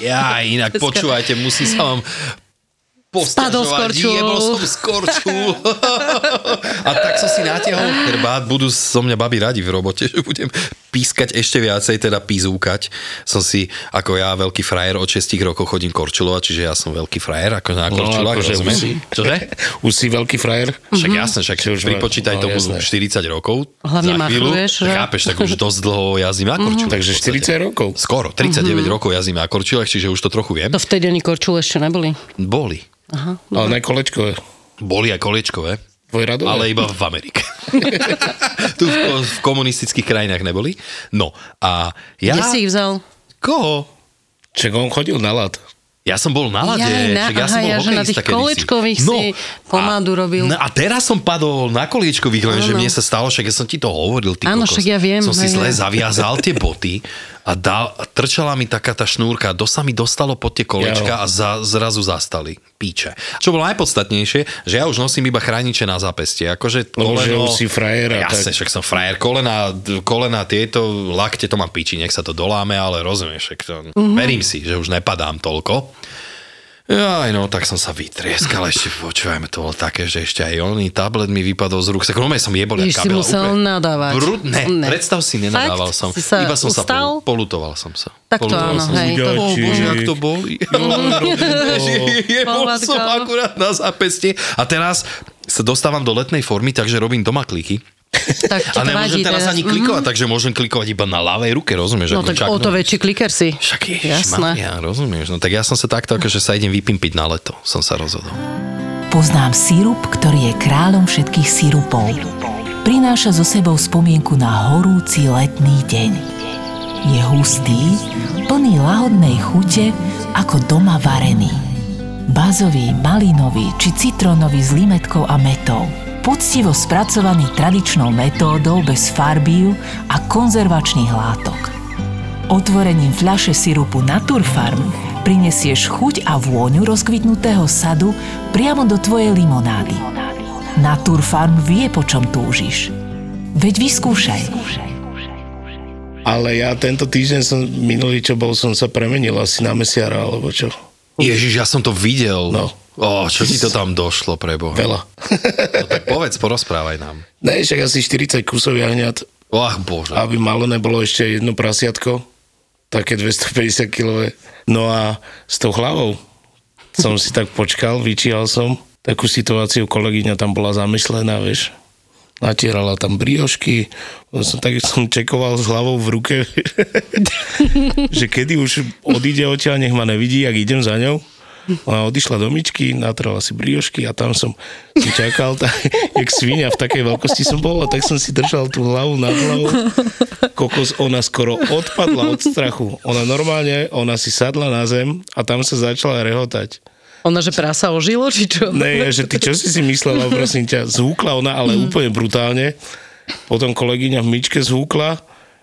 Ja inak, Dneska- počúvajte, musím sa vám Spadol z postiažovať. korčul. Jebol som z korčul. A tak som si natiahol chrbát. Budú so mňa babi radi v robote, že budem pískať ešte viacej, teda pízúkať. Som si, ako ja, veľký frajer, od 6 rokov chodím korčulovať, čiže ja som veľký frajer, ako na korčulách, no, akože už si, rozumieš? čože? Už si veľký frajer? Však jasne, však Čiže už už- pripočítaj no, tomu jasné. 40 rokov. Mhm. Hlavne za chvíľu, machruješ, že? Mhm. Chápeš, tak už dosť dlho jazdím na korčulách. Takže v podstate. 40 rokov. Skoro, 39 rokov jazdím na korčulách, čiže už to trochu viem. To No vtedy ani korčule ešte neboli. Boli. Aha. Ale ne kolečkové. Boli aj koliečkové, Dvojradové. ale iba v Amerike. tu v, ko- v komunistických krajinách neboli. No a ja... Kde si ich vzal? Koho? Čak on chodil na lad. Ja som bol na lade. Jaj, na- však ja aha, som bol ja, že na hokejista tých kedysi. No, kolečkových si pomádu a, robil. No a teraz som padol na koliečkových, lenže Áno. mne sa stalo, však ja som ti to hovoril. Ty Áno, kokos. však ja viem, Som si hej, zle ja. zaviazal tie boty a, dal, a trčala mi taká tá šnúrka, do sa mi dostalo pod tie kolečka Jo. a za, zrazu zastali. Píče. Čo bolo najpodstatnejšie, že ja už nosím iba chrániče na zápestie. Akože Lebo No, že koleno... už si frajer a Jasne, tak. však som frajer. Kolena, kolena tieto, lakte to mám piči, nech sa to doláme, ale rozumieš, však to... Mhm. Verím si, že už nepadám toľko. Aj no, tak som sa vytrieskal, ešte počúvajme, to bolo také, že ešte aj oný tablet mi vypadol z rúk, sa kromé som jebol, jak Ježiš, si kabel, musel úplne nadávať. Brudne, Ne. predstav si, nenadával Fakt? som, Si sa iba som sa pol, ustal? polutoval som sa. Tak to Polutoval áno, som sa. hej. To... O Či- bože, jak to boli. Je bol Palatko. som akurát na zápeste. A teraz sa dostávam do letnej formy, takže robím doma kliky. Tak ti A to vadí Mhm. nemôžem teraz ani klikovať, takže môžem klikovať iba na ľavej ruke, rozumieš? No ako tak čak- o to väčší kliker si. Však Jasné. ježišmaria, rozumieš? No tak ja som sa takto, akože sa idem vypimpiť na leto, som sa rozhodol. Poznám sírup, ktorý je kráľom všetkých sírupov. Prináša so sebou spomienku na horúci letný deň. Je hustý, plný lahodnej chute, ako doma varený. Bazový, malinový či citrónový s limetkou a metou. Poctivo spracovaný tradičnou metódou bez farbív a konzervačných látok. Otvorením fľaše sirupu Naturfarm prinesieš chuť a vôňu rozkvitnutého sadu priamo do tvojej limonády. Naturfarm vie, po čom túžiš. Veď vyskúšaj. Ale ja tento týždeň som, minulý čo bol, som sa premenil asi na mesiara, alebo čo. Ježiš, ja som to videl. No. Ó, čo ti to tam došlo, preboha? Veľa. No, tak povedz, porozprávaj nám. ne, však asi 40 kusov jahňat, Ach, bože. aby malo nebolo ešte jedno prasiatko, také 250 kilové. No a s tou hlavou som si tak počkal, vyčíhal som takú situáciu, kolegyňa tam bola zamyslená, vieš. Natierala tam briošky, potom som tak som čekoval s hlavou v ruke, že kedy už odíde odtiaľ, nech ma nevidí, ak idem za ňou. Ona odišla do myčky, natrala si briošky a tam som si čakal, tak, jak svinia, v takej veľkosti som bol a tak som si držal tú hlavu na hlavu. Kokos, ona skoro odpadla od strachu. Ona normálne, ona si sadla na zem a tam sa začala rehotať. Ona, že prasa ožilo, či čo? Ne, ja, že ty čo si si myslela, prosím ťa, zhúkla ona, ale úplne brutálne. Potom kolegyňa v myčke zhúkla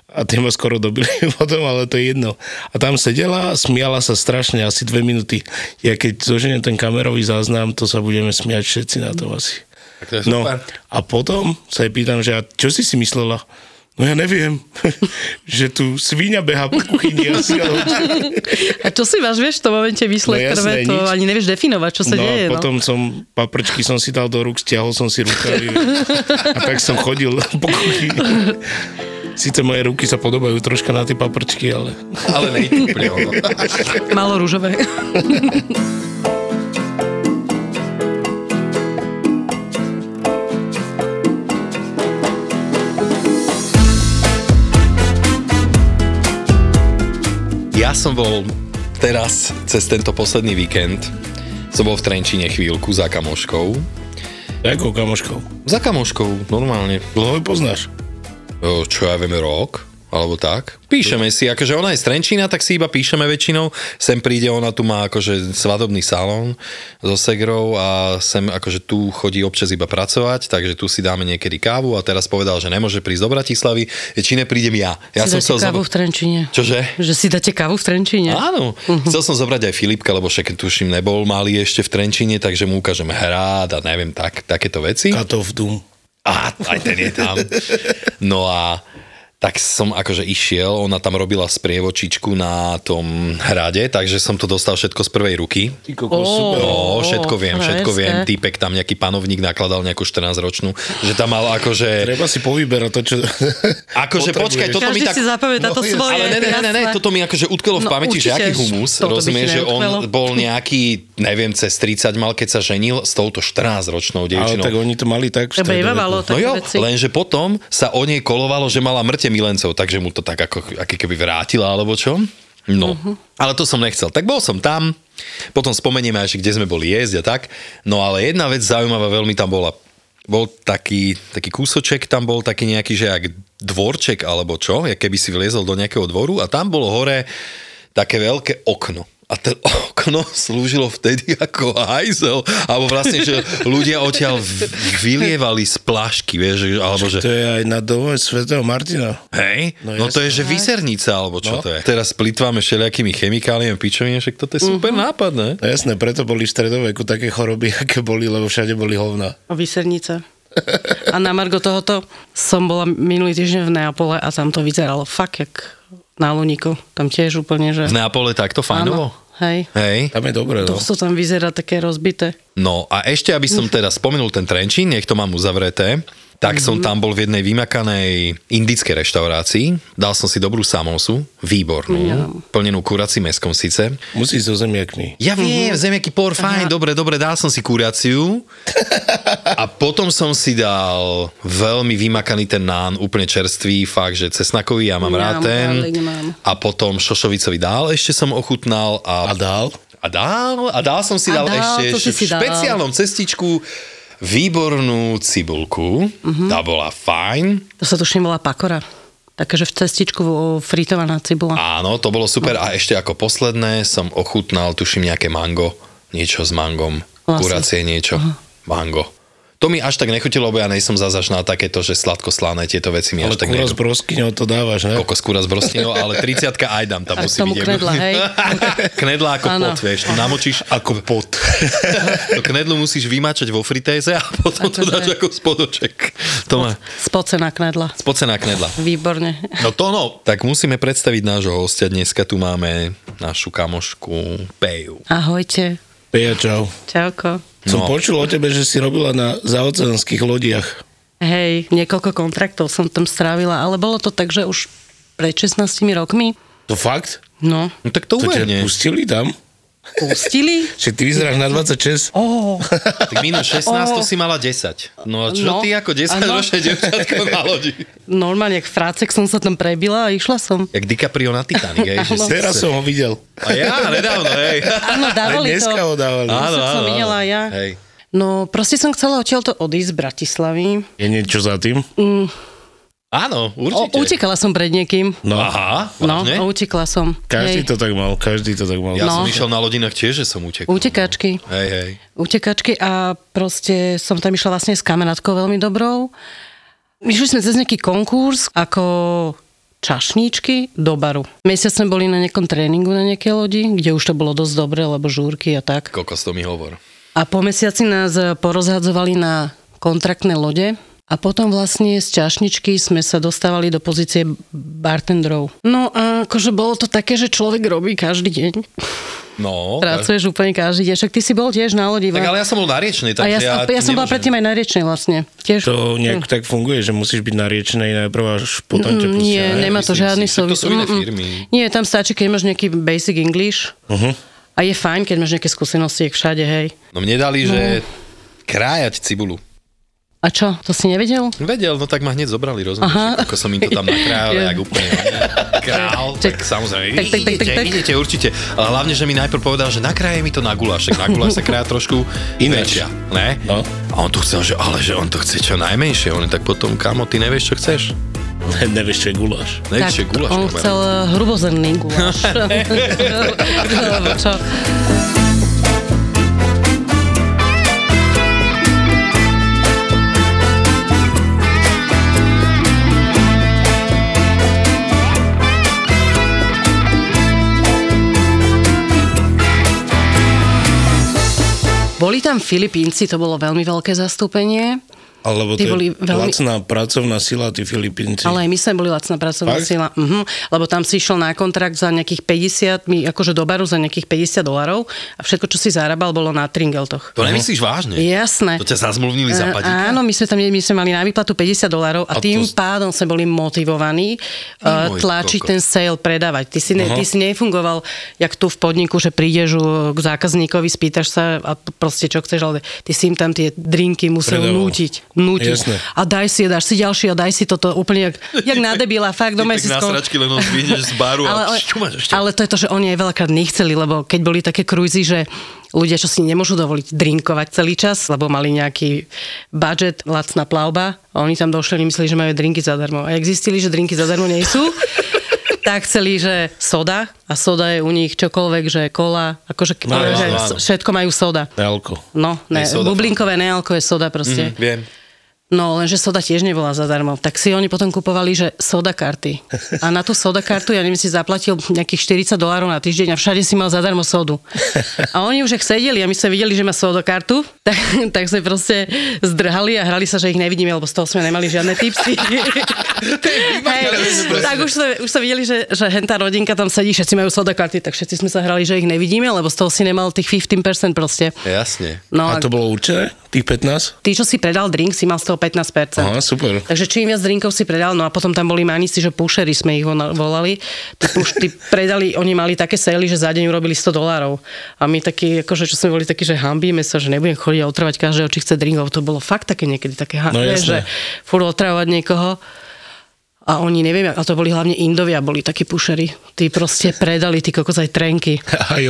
a tie ma skoro dobili potom, ale to je jedno. A tam sedela a smiala sa strašne, asi dve minúty. Ja keď zoženiem ten kamerový záznam, to sa budeme smiať všetci na tom asi. Tak to je No super. a potom sa jej pýtam, že a čo si si myslela? No ja neviem, že tu svíňa beha po kuchyni asi, alebo čo. A čo si máš, vieš, v tom momente mysleť No jasné, prvé, to nič. ani nevieš definovať, čo sa no deje. a No. potom som, paprčky som si dal do rúk, stiahol som si rukavy a tak som chodil po kuchyni. Síce moje ruky sa podobajú troška na tie paprčky, ale... Ale nejde úplne ono. Malo rúžové. Ja som bol teraz, cez tento posledný víkend, som bol v Trenčine chvíľku za kamoškou. Ako kamoškou? Za kamoškou, normálne. Dlho ju poznáš? O, Čo ja viem, rok? alebo tak. Píšeme si, akože ona je z Trenčína, tak si iba píšeme väčšinou. Sem príde, ona tu má akože svadobný salón so Segrou a sem akože tu chodí občas iba pracovať, takže tu si dáme niekedy kávu a teraz povedal, že nemôže prísť do Bratislavy, je, či neprídem ja. Ja si dáte kávu v zobrať- Trenčine. Čože? Že si dáte kávu v Trenčine. Áno, Mhm. chcel som zobrať aj Filipka, lebo však tuším nebol malý ešte v Trenčine, takže mu ukážeme hrad a neviem, tak, takéto veci. Cut off doom. A aj ten je tam. No a tak som akože išiel, ona tam robila sprievočičku na tom hrade, takže som to dostal všetko z prvej ruky. Ty Ó. kokos, super. No, všetko viem, všetko presne. viem. Týpek tam nejaký panovník nakladal nejakú 14-ročnú, že tam mal akože... Treba si povyberať to, čo Akože potrebuješ. počkaj, toto mi Každý tak... si zapamätá to No, svoje. Ale ne, ne, ne, ne, ne, jasné. toto mi akože utkvelo v No, pamäti, že určite, aký humus, toto by ti rozumieš, že neutkvelo. on bol nejaký, neviem, cez 30 mal, keď sa ženil s touto 14-ročnou Ale dievčinou. tak oni to mali tak. Lebo v iba stredoveku. malo No také jo, veci. lenže potom sa o nej kolovalo, že mala mŕte milencov, takže mu to tak ako, aký keby vrátila alebo čo. No, Mhm. uh-huh. ale to som nechcel. Tak bol som tam, potom spomenieme aj, že kde sme boli jesť a tak. No ale jedna vec zaujímavá veľmi tam bola. Bol taký, taký kúsoček, tam bol taký nejaký, že jak dvorček alebo čo, jak keby si vliezol do nejakého dvoru a tam bolo hore také veľké okno. A to okno slúžilo vtedy ako hajzel, alebo vlastne, že ľudia odtiaľ v- vylievali z plášky, vieš, že- alebo že To je aj na dovoj svätého Martina. Hej, no, no No to je, jasne. že vyzernica, alebo čo no. No. to je. Teraz plitváme všelijakými chemikáliami, pičovine, však toto je super uh-huh. nápad, ne? No jasné, preto boli v stredoveku také choroby, aké boli, lebo všade boli hovna. O Vysernice. A na Margo tohoto som bola minulý týždeň v Neapole a tam to vyzeralo fakt jak na Luníku. Tam tiež úplne, že... V Neapole takto fajnovo? Hej. Hej. Tam je dobré, To, no. to tam vyzerá také rozbité. No a ešte, aby som teda spomenul ten Trenčín, nech to mám uzavreté, tak som tam bol v jednej vymakanej indickej reštaurácii, dal som si dobrú samosu, výbornú, Ja. plnenú kuracím meskom síce. Musí so zemiakmi. Ja Mhm. viem, mm. zemiaky por, fajn, dobre, dobre, dal som si kuráciu a potom som si dal veľmi vymakaný ten nán, úplne čerstvý, fakt, že cesnakový, ja mám rád Nemám, ten. ale nemám. A potom šošovicový dál ešte som ochutnal a, A dál? a dál, a dál som si A dal, dál, ešte, to ešte si si v dal. špeciálnom cestičku výbornú cibulku, Mhm. mm-hmm. tá bola fajn, To sa tuším volá pakora. Takže v cestičku vo- fritovaná cibula. Áno, to bolo super. A ešte ako posledné som ochutnal, tuším, nejaké mango. Niečo s mangom. Vlastne. Kuracie niečo. Mango. To mi až tak nechutilo, lebo ja nejsem zazaž na takéto, že sladko-slané tieto veci mi Ale až tak kura s nejdú. broskyňou to dávaš, ne? Kokos kura s brosninou, ale 30 aj dám, tam A musí tomu byť. knedla, hej? knedla ako Áno. pot, vieš, to namočíš. Ako pot. to knedlu musíš vymačať vo fritéze a potom to Akože- dáš ako spodoček. To má Spocená knedla. spocená knedla. Výborne. No to no. Tak musíme predstaviť nášho hostia. Dneska tu máme našu kamošku Peju. Ahojte. Peja, čau. Čauko. Som No. počul o tebe, že si robila na zaoceánskych lodiach. Hej, niekoľko kontraktov som tam strávila, ale bolo to tak, že už pred 16 rokmi, To fakt? no, No tak to To ťa uvedne. pustili tam? pustili. Čiže ty vyzeráš na 26? Oh. Tak minus 16 to si mala 10. No a čo No, ty ako 10 áno. ročné devčatko na lodi? Normálne, jak frácek som sa tam prebila a išla som. Jak DiCaprio na Titanic, hej? Že si- Teraz som ho videl. A ja, nedávno, hej. Áno, Aj dávali dneska ho to. dávali. Áno. som videla ja. Hej. No, proste som chcela odtiaľto odísť z Bratislavy. Je niečo za tým? Áno, O, určite. utekala som pred niekým. No, Aha, No, vážne? a utekla som. každý Hej. to tak mal, každý to tak mal. Ja som No. išiel na lodinách tiež, že som utekol. Utekačky. Hej, hej. Utekačky a proste som tam išla vlastne s kamarátkou veľmi dobrou. Išli sme cez nejaký konkurs ako čašníčky do baru. Mesiac sme boli na nejakom tréningu na nejakej lodi, kde už to bolo dosť dobre, lebo žúrky a tak. Kokos to mi hovor. A po mesiaci nás e, porozhadzovali na kontraktné lode a potom vlastne z čašničky sme sa dostávali do pozície bartendrov. No a akože bolo to také, že človek robí každý deň. No. Pracuješ úplne každý deň. Však ty si bol tiež na lodi. Tak ale Ivan. ja som bol na riečnej, a ja, takže ja, ja som bola nemôžem. predtým aj na riečnej vlastne. Tiež. To nejak tak funguje, že musíš byť na riečnej najprv až potom Hm. ťa Mm, pustia. Nie, hej? nemá to myslím žiadny si, však to súvis. sú iné Mm, mm. firmy. Mhm. Nie, tam stačí, keď máš nejaký basic English. Uh-huh. A je fajn, keď máš nejaké skúsenosti jak všade, hej. No mne dali, že krájať cibulu. A čo, to si nevedel? Vedel, no tak ma hneď zobrali, rozumieš, Aha. ako som im to tam nakrájal, Ja. jak úplne král, tak Tak- samozrejme, tak, tak, tak, idete, tak, tak. idete určite, ale hlavne, že mi najprv povedal, že nakráje mi to na guláš, tak na guláš sa krája trošku Ináč. väčšia, ne? No. A on to chcel, že ale, že on to chce čo najmenšie, on je tak potom, kamo, ty nevieš, čo chceš. Nevieš, čo je guláš. Najvyššie tak gulaš. on kamarát. chcel eh, hrubozrnný guláš. Alebo čo? Boli tam Filipínci, to bolo veľmi veľké zastúpenie, Alebo Tí to boli je veľmi- lacná pracovná sila, tí Filipínci. ale aj my sme boli lacná pracovná Fakt? sila. Mhm, lebo tam si išiel na kontrakt za nejakých 50, my akože do baru za nejakých 50 dolarov a všetko, čo si zarábal, bolo na tringeltoch. To nemyslíš vážne? Jasné. To ťa zazmluvnili za E, padíka? Áno, my sme tam my sme mali na výplatu 50 dolárov a, A to tým s- pádom sme boli motivovaní Ty uh, môj tlačiť kokos. ten sale, predávať. Ty si, ne, ty si nefungoval, jak tu v podniku, že prídeš uh, k zákazníkovi, spýtaš sa a p- proste čo chceš, ale ty si im tam tie drinky musel Predával. nútiť. nútiť. Jasné. A daj si, dáš si ďalší a daj si toto úplne jak, jak na debila, fakt Ty doma tak si na skon- sračky len ho zdvihneš z baru a ale, čo máš ešte? ale to je to, že oni aj veľakrát nechceli, lebo keď boli také krúzy, že ľudia, čo si nemôžu dovoliť drinkovať celý čas, lebo mali nejaký budget, lacná plavba, a oni tam došli a oni mysleli, že majú drinky zadarmo. A jak zistili, že drinky zadarmo nie sú, tak chceli, že soda a soda je u nich čokoľvek, že kola, akože No, že áno, áno. všetko majú soda. Alko. No, ne, Hej, soda. bublinkové nealko je soda Mhm. proste. Mm-hmm. Viem. No, lenže soda tiež nebola zadarmo. Tak si oni potom kupovali, že soda karty. A na tú soda kartu, ja neviem, si zaplatil nejakých 40 dolárov na týždeň a všade si mal zadarmo sodu. A oni už ak sedeli a my sme videli, že má soda kartu, tak, tak sme proste zdrhali a hrali sa, že ich nevidíme, lebo z toho sme nemali žiadne tipsy. Hej, tak už sme, už sme videli, že, že hentá rodinka tam sedí, všetci majú soda karty, tak všetci sme sa hrali, že ich nevidíme, lebo z toho si nemal tých 15% proste. Jasne. No a A to bolo určené? Tých 15? ty, čo si predal drink, si mal z toho 15%. Aha, super. Takže čím viac drinkov si predal, no a potom tam boli manici, že pušery sme ich vona- volali. Tí, puš, tí predali, oni mali také sely, že za deň urobili 100 dolárov. A my takí, akože čo sme boli takí, že hambíme sa, že nebudem chodiť a otrvať každého, či chce drinkov. To bolo fakt také niekedy také No hambivé, že jasné. furt otravovať niekoho. A oni, neviem, a to boli hlavne Indovia, boli takí pušery. Tí proste predali, tí kokos aj trenky. Aj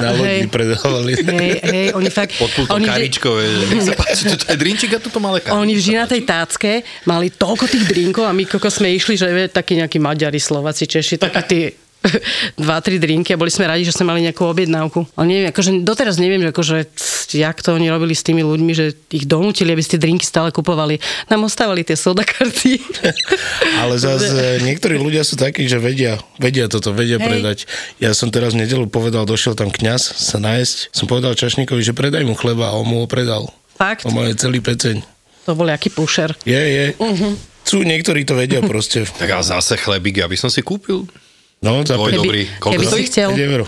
A- a- na lodi hej. predávali. Hej, hej, oni fakt... Pod pultom oni, karičkové, že nech sa páči, toto je drinčík a toto malé karičko. Oni vždy na tej tácke mali toľko tých drinkov a my koko sme išli, že vie, takí nejakí Maďari, Slováci, Češi, takí tí dva, tri drinky a boli sme radi, že sme mali nejakú objednávku. Ale neviem, akože doteraz neviem, že akože, c- jak to oni robili s tými ľuďmi, že ich donútili, aby si tie drinky stále kupovali. Nám ostávali tie sodakarty. Ale zase niektorí ľudia sú takí, že vedia, vedia toto, Hej. vedia Hej. predať. Ja som teraz v nedelu povedal, došiel tam kňaz sa nájsť. Som povedal Čašníkovi, že predaj mu chleba a on mu ho predal. Fakt? On má aj celý peceň. To bol aký pušer. Je, je. Mhm. Uh-huh. Sú, niektorí to vedia proste. Tak a zase chlebík, aby som si kúpil No, za Tvoj päť- dobrý. Koľko keby stojí? si chcel. 5 eur.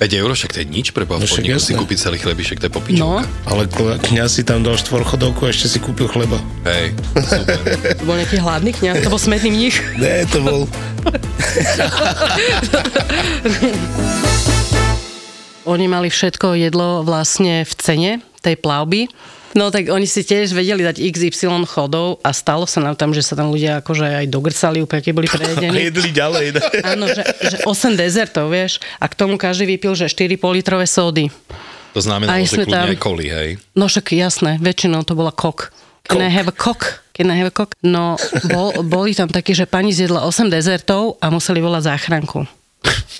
5 eur, však to je nič, preboha, v No však podniku si jasné. kúpiť celý chlebišek, to je No, popičovka. Ale kl- kňaz si tam dal štvorchodovku a ešte si kúpil chleba. Hej, super. to bol nejaký hladný kniaz, to bol smetný mních. Ne, to bol... Oni mali všetko jedlo vlastne v cene tej plavby. No tak oni si tiež vedeli dať XY chodov a stalo sa nám tam, že sa tam ľudia akože aj dogrcali, úplne keď boli A prejedení. jedli ďalej. Ne? Áno, že, že 8 dezertov, vieš, a k tomu každý vypil, že 4 politrové sódy. To znamená, Aj že sme tam. kľudne aj koli, hej. No však jasné, väčšinou to bola kok. Can I have a cock? Can I have a cock? No, bol, boli tam takí, že pani zjedla 8 dezertov a museli volať záchranku.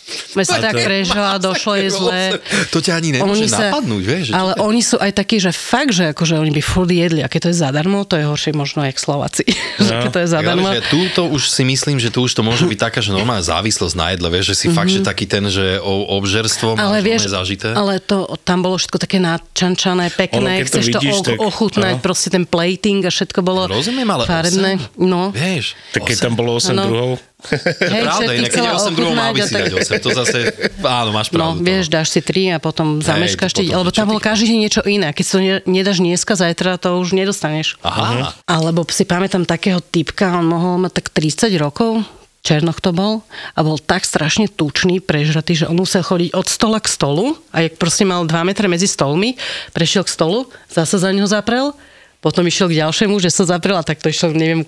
Sme sa tak prežila, došlo je zle. To ťa ani nemôže napadnúť, vieš. že- Ale oni sú aj takí, že fakt, že akože oni by furt jedli a keď to je zadarmo, to je horšie možno jak Slováci. No, keď to je Tak ale zadarmo. že tu to už si myslím, že tu už to môže byť taká, že normálna závislosť na jedle, vieš, že si mm-hmm. fakt, že taký ten, že o obžerstvo máš Mhm. Ale vieš, zažité. ale to, tam bolo všetko také načančané, pekné, Ono, keď to chceš to, vidíš, och- tak- ochutnať, áno. proste ten plating a všetko bolo Rozumiem, ale farebné. osem? No. Vieš, Tak keď tam bolo 8 Áno. druhov, Hej, Pravda, že ty inak keď je chcela 8 druhov, mal by ochutnať a si tak- dať 8. To zase, áno, máš No, pravdu. vieš, dáš si tri a potom zameškáš, to ti, potom, lebo že tam čo bolo ty- každý deň niečo iné. Keď si to ne, nedáš dneska, zajtra to už nedostaneš. Aha. Alebo si pamätám takého typka, on mohol mať tak 30 rokov, Černoch to bol, a bol tak strašne tučný, prežratý, že on musel chodiť od stola k stolu a jak proste mal 2 metre medzi stolmi, prešiel k stolu, zase za neho zaprel, potom išiel k ďalšiemu, že sa zaprel a takto išiel, neviem,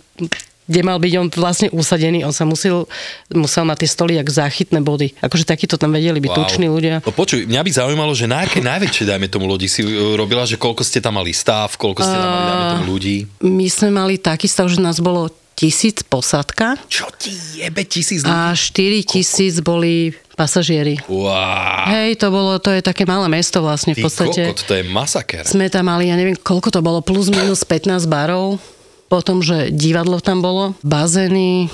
kde mal byť on vlastne usadený, on sa musel, musel mať tie stoly jak záchytné body. Akože takýto tam vedeli byť wow. tuční ľudia. No počuj, mňa by zaujímalo, že na aké najväčšie, dajme tomu, lodi si e, robila, že koľko ste tam mali stav, koľko ste tam mali, dajme tomu, ľudí. My sme mali taký stav, že nás bolo tisíc posádka Čo ti jebe tisíc ľudí? a 4 tisíc boli pasažieri. Wow. Hej, to bolo, to je také malé mesto vlastne Ty v podstate. kokot, to je masaker. Sme tam mali, ja neviem, koľko to bolo, plus minus 15 barov. Potom, že divadlo tam bolo, bazény,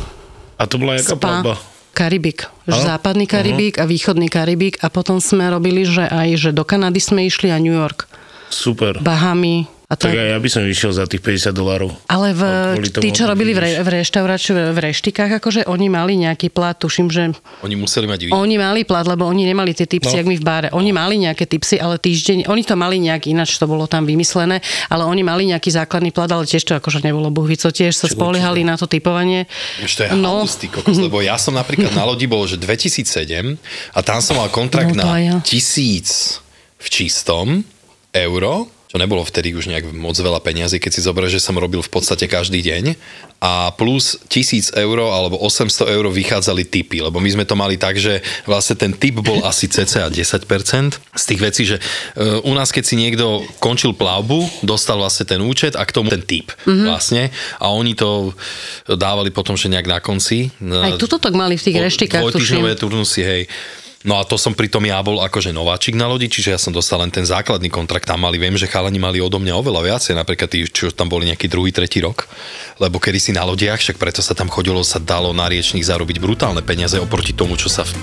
A to bola spa, jaká platba? Karibik. Áno? Mhm. Západný Karibik a východný Karibik. A potom sme robili, že aj že do Kanady sme išli a New York, Super. Bahamy a tak. Tak aj ja by som išiel za tých 50 dolárov. Ale v, Ale No, kvôli tomu tí, čo robili v, re, vidíš. v reštauráciu, v reštikách, akože oni mali nejaký plat, tuším, že Oni museli mať výhľad. oni mali plat, lebo oni nemali tie tipsy, no. No. jak my v bare. Oni mali nejaké tipsy, ale týždeň, oni to mali nejak ináč, to bolo tam vymyslené, ale oni mali nejaký základný plat, ale tiež to akože nebolo buhvi, co tiež sa spoliehali na to typovanie. Už to je no. halus, ty kokos, lebo ja som napríklad na lodi bol, že 2007 a tam som mal kontrakt no, No, na Baja. tisíc v čistom euro, čo nebolo vtedy už nejak moc veľa peniazy, keď si zoberieš, že som robil v podstate každý deň a plus 1000 eur alebo 800 eur vychádzali typy, lebo my sme to mali tak, že vlastne ten typ bol asi cca 10% z tých vecí, že e, u nás keď si niekto končil plavbu, dostal vlastne ten účet a k tomu ten typ Mhm. mm-hmm. vlastne a oni to dávali potom, že nejak na konci. Aj tuto tak mali v tých Dvo- reštikách, tuším. Dvojtýždňové turnusy, hej. No a to som pritom ja bol akože nováčik na lodi, čiže ja som dostal len ten základný kontrakt tam mali. Viem, že chalani mali odo mňa oveľa viacej, napríklad tí, čo tam boli nejaký druhý, tretí rok. Lebo kedy si na lodiach, však preto sa tam chodilo, sa dalo na riečných zarobiť brutálne peniaze oproti tomu, čo sa v-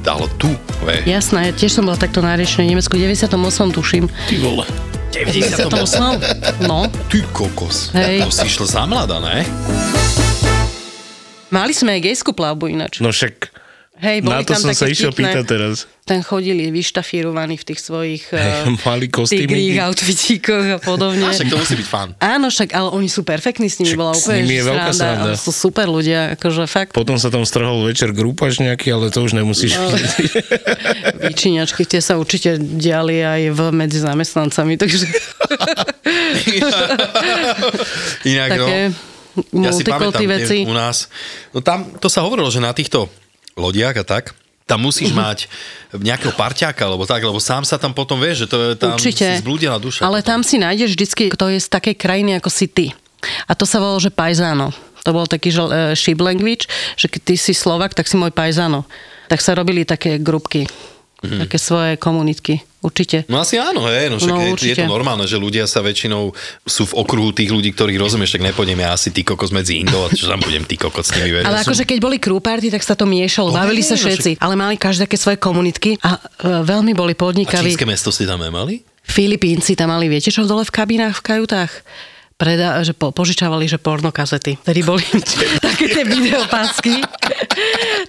dalo tu. Ve. Jasné, ja tiež som bola takto na riešení v Nemecku, 98 tuším. Ty vole. 98? No. Ty kokos. Hej. To si išlo za mladá, ne? Mali sme aj gejskú plavbu ináč. No však Hej, boli na to tam som také sa išiel vtipné- pýtať teraz. Ten chodil je vyštafírovaný v tých svojich eh, mali kostýmy. tigrých outfitíkoch a podobne. A však to musí byť fan. Áno, však, ale oni sú perfektní s nimi, Však bola s úplne nimi je veľká sranda. ale Sú super ľudia, akože fakt Potom sa tam strhol večer grúpaž nejaký, ale to už nemusíš. No. výčiniačky, tie sa určite diali aj v, medzi zamestnancami, takže Inak, také no. Ja si multikulty pamätám tie veci. u nás. No tam, to sa hovorilo, že na týchto lodiach a tak, tam Mhm. musíš mať nejakého parťáka, alebo tak, lebo sám sa tam potom vie, že to je tam Určite. si zblúdila duša. Ale tam si nájdeš vždycky, kto je z takej krajiny, ako si ty. A to sa volalo, že pajzano. To bol taký žel, e, ship language, že keď ty si Slovak, tak si môj pajzano. Tak sa robili také grupky, Mhm. mm. také svoje komunitky. Určite. No asi áno, hej, no, však No, no, je, je určite. to normálne, že ľudia sa väčšinou sú v okruhu tých ľudí, ktorých rozumieš, tak nepôjdem ja asi ty kokos medzi Indov, a čo tam budem ty kokos s nimi vedieť. Ale akože keď boli crew party, tak sa to miešalo, No hej, bavili sa no všetci, ale mali každé také svoje komunitky a e, veľmi boli a podnikaví. čínske mesto ste tam nemali? Filipínci tam mali, viete čo, dole v kabinách, v kajutách? Preda, že po, požičavali, že porno kazety. Tedy boli také tie videopásky.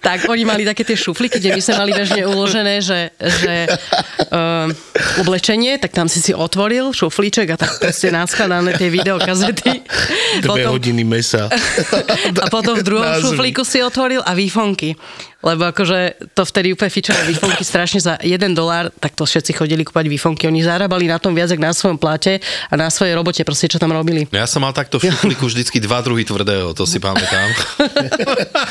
tak, oni mali také tie šuflíky, kde my sme mali bežne uložené, že, že um, oblečenie, tak tam si si otvoril šuflíček a tak proste naskladané tie videokazety. Dve hodiny mesa. a potom v druhom Názvy. šuflíku si otvoril a výfonky. Lebo akože to vtedy úplne fičalo výfonky strašne za 1 dolár, tak to všetci chodili kúpať výfonky. Oni zarábali na tom viac, jak na svojom plate a na svojej robote proste, čo tam robili. No ja som mal takto v šuflíku vždycky dva druhy tvrdého, to si pamätám.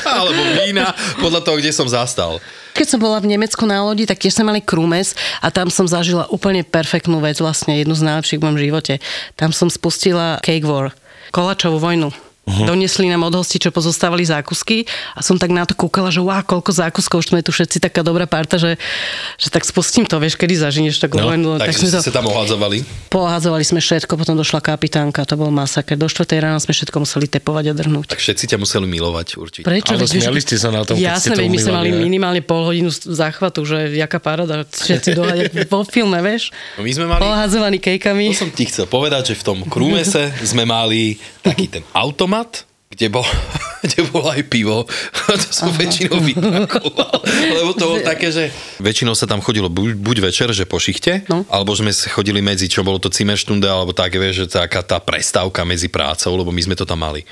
Alebo vína, podľa toho, kde som zastal. Keď som bola v Nemecku na lodi, tak tiež sme mali krumes a tam som zažila úplne perfektnú vec, vlastne jednu z najlepších v mojom živote. Tam som spustila Cake War, kolačovú vojnu. Uh-huh. Donesli nám od hostí, čo pozostávali zákusky a som tak na to kúkala, že wow, koľko zákuskov, už sme tu všetci taká dobrá parta, že, že tak spustím to, vieš, kedy zažinieš takú no, vojnu. Tak, tak Takže sme ste to... sa tam ohadzovali. Pohádzovali sme všetko, potom došla kapitánka, to bol masaker. Do 4 ráno sme všetko museli tepovať a drhnúť. Tak všetci ťa museli milovať určite. Prečo? Ale Veď už- smiali ste sa na tom, keď ste Jasné, to veď my sme mali umývali, ne? minimálne pol hodinu z- záchvatu, že jaká paráda, všetci dole jak vo filme, vieš, No my sme mali... pohazovaní kejkami. To som ti chcel povedať, že v tom krúmese sme mali taký ten automat, kde bol, kde bolo aj pivo. to som väčšinou vypakoval. Lebo to bolo také, že... Väčšinou sa tam chodilo buď, buď večer, že po šichte, No. no. alebo sme sa chodili medzi, čo bolo to Cimmerstunde, alebo tak, vieš, že taká tá prestávka medzi prácou, lebo my sme to tam mali.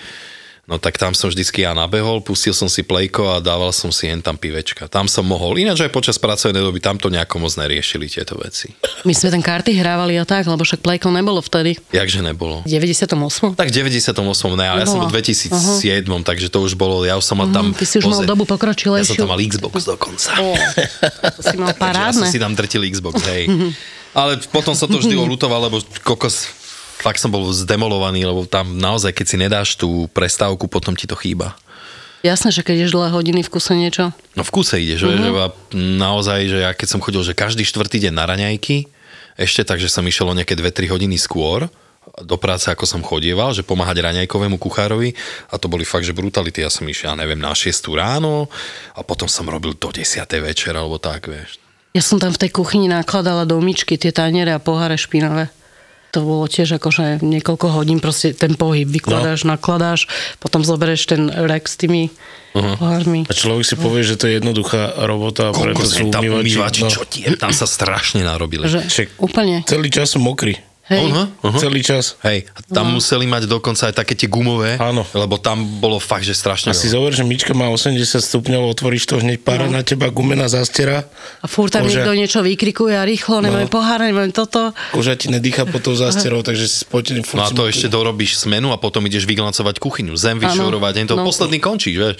No tak tam som vždycky ja nabehol, pustil som si plejko a dával som si jen tam pivečka. Tam som mohol. Ináč aj počas pracovnej doby tam to nejako moc neriešili tieto veci. My sme tam karty hrávali a tak, lebo však Playcon nebolo vtedy. Jakže nebolo. V 98. Tak v 98 ne, ale ja som bol Nebola. v 2007, takže to už bolo, ja už som mal tam... No. Mhm, ty si už mal dobu Ja som pokročilejšiu. tam mal Xbox dokonca. O, to si mal Takže ja som parádne. Mhm. si tam drtil Xbox, hej. ale potom sa to vždy olutoval, lebo kokos fakt som bol zdemolovaný, lebo tam naozaj, keď si nedáš tú prestávku, potom ti to chýba. Jasné, že keď ješ dlhé hodiny v kuse niečo. No v kuse ide, Mhm. že, mm-hmm. že a naozaj, že ja keď som chodil, že každý štvrtý deň na raňajky, ešte tak, že som išiel o nejaké 2-3 hodiny skôr do práce, ako som chodieval, že pomáhať raňajkovému kuchárovi a to boli fakt, že brutality. Ja som išiel, ja neviem, na 6 ráno a potom som robil do 10 večera, alebo tak, vieš. Ja som tam v tej kuchyni nakladala do myčky tie taniere a poháre špinavé. To bolo tiež akože niekoľko hodín proste ten pohyb. Vykladáš, no. nakladáš, potom zoberieš ten rek s tými Mhm. uh-huh. pohármi. A človek si povie, že to je jednoduchá robota a preto Koľko sú sme tam umývači, umývači. čo ti je, tam sa strašne narobili. no. Že Však- úplne. Celý čas som mokrý. Hej. No. Aha, aha. Celý čas. Hej, a tam museli mať dokonca aj také tie gumové, Áno. lebo tam bolo fakt, že strašne A si zober, že myčka má 80 stupňov, otvoríš to hneď pára na teba, gumená zastera, No. A furt tam Bože. niekto niečo vykrikuje a rýchlo, nemáme no. pohár, nemáme toto. koža ti nedýcha pod tou zasterou, takže si spotený. furt No a si to mokrý. ešte dorobíš smenu a potom ideš vyglancovať kuchyňu, zem Áno. vyšorovať, to No. no. posledný končíš, vieš.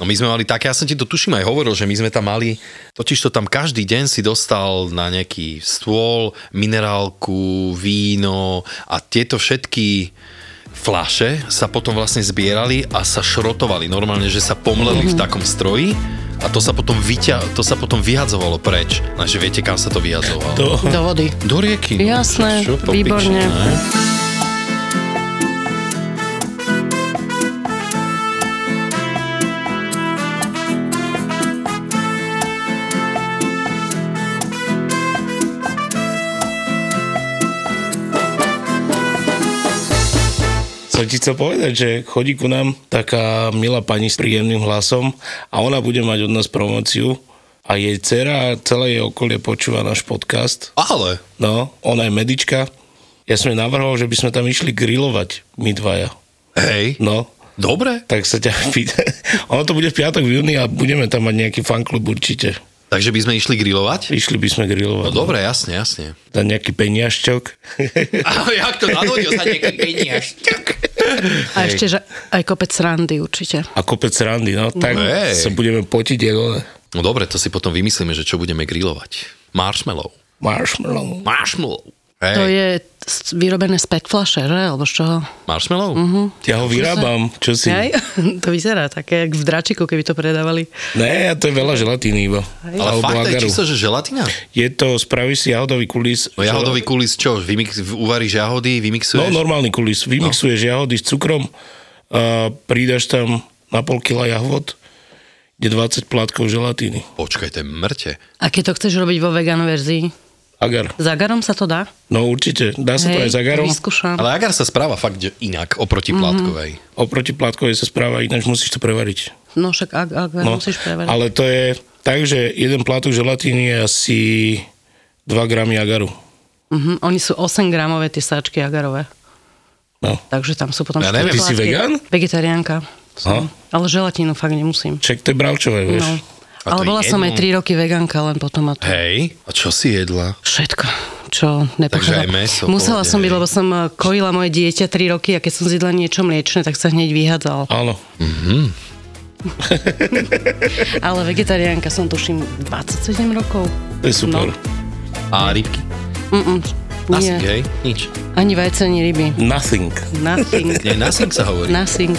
No my sme mali také, ja som ti to tuším aj hovoril, že my sme tam mali, totiž to tam každý deň si dostal na nejaký stôl, minerálku, víno a tieto všetky flaše sa potom vlastne zbierali a sa šrotovali. Normálne, že sa pomleli Mhm. v takom stroji a to sa potom, vyťa- to sa potom vyhadzovalo preč. Lenže viete, kam sa to vyhadzovalo? To, Do vody. Do rieky. no, Jasné, po piči, výborne. ne? som ti chcel povedať, že chodí ku nám taká milá pani s príjemným hlasom a ona bude mať od nás promociu a jej dcera a celé jej okolie počúva náš podcast. Ale, No, ona je medička. Ja som jej navrhol, že by sme tam išli grilovať, my dvaja. hej, No, dobre. tak sa ťa pýta. Ono to bude v piatok v júni a budeme tam mať nejaký fanklub určite. Takže by sme išli grilovať? Išli by sme No grilovať. dobre, jasne, jasne. Za nejaký peniažťok. Ale jak to nadhodil sa nejaký peniaž? A ešte, že aj kopec srandy určite. a kopec randy, no. Tak Hej. sa budeme potiť, jak one. No dobre, to si potom vymyslíme, že čo budeme grilovať. Marshmallow. Marshmallow. Marshmallow. To Hej, je s- vyrobené z petflaše, že? Alebo z čoho? marshmallow? Mhm. Mm-hmm. Ja ho vyrábam, čo si? Aj? To vyzerá také, jak v dračiku, keby to predávali. Ne, to je veľa želatíny iba. Ale Alebo fakt je agaru. čisto, že želatina? Je to, spravíš si jahodový kulis. No jahodový kulis, čo? Vymix, uvaríš jahody, No, vymixuješ? normálny No. kulis. Vymixuješ jahody s cukrom, a pridaš tam na pol kila jahod, je 20 plátkov želatíny. Počkaj, to je mŕte. A keď to chceš robiť vo vegan verzii? Agar. S agarom sa to dá? No určite, dá sa to aj Hej, s agarom. Vyskúšam. Ale agar sa správa fakt že inak oproti Mhm. plátkovej. Oproti plátkovej sa správa, ináč musíš to prevariť. No však ag- agar No, musíš preveriť. ale to je tak, že jeden plátok želatíny je asi 2 gramy agaru. Mhm, oni sú 8 gramové tie sáčky agarové. No. Takže tam sú potom... Ja štyri neviem. Ty si plátky. vegan? Vegetariánka. Aha. Ale želatínu fakt nemusím. Však to je bravčové, vieš. No. A to Ale bola jedno? som aj 3 roky veganka, len potom ma to... Hej, a čo si jedla? Všetko, čo Takže nepochádzam. aj mäso, Musela pohode, som byť, hej. lebo som eh, kojila moje dieťa 3 roky a keď som zjedla niečo mliečne, tak sa hneď vyhádzal. Áno. Ale vegetariánka som tuším 27 rokov. To je super. No. A rybky? Mm-mm. Nothing, Nie, hej? Nič. ani vajce, ani ryby. Nothing. Nothing. Nie, nothing sa hovorí. Nothing.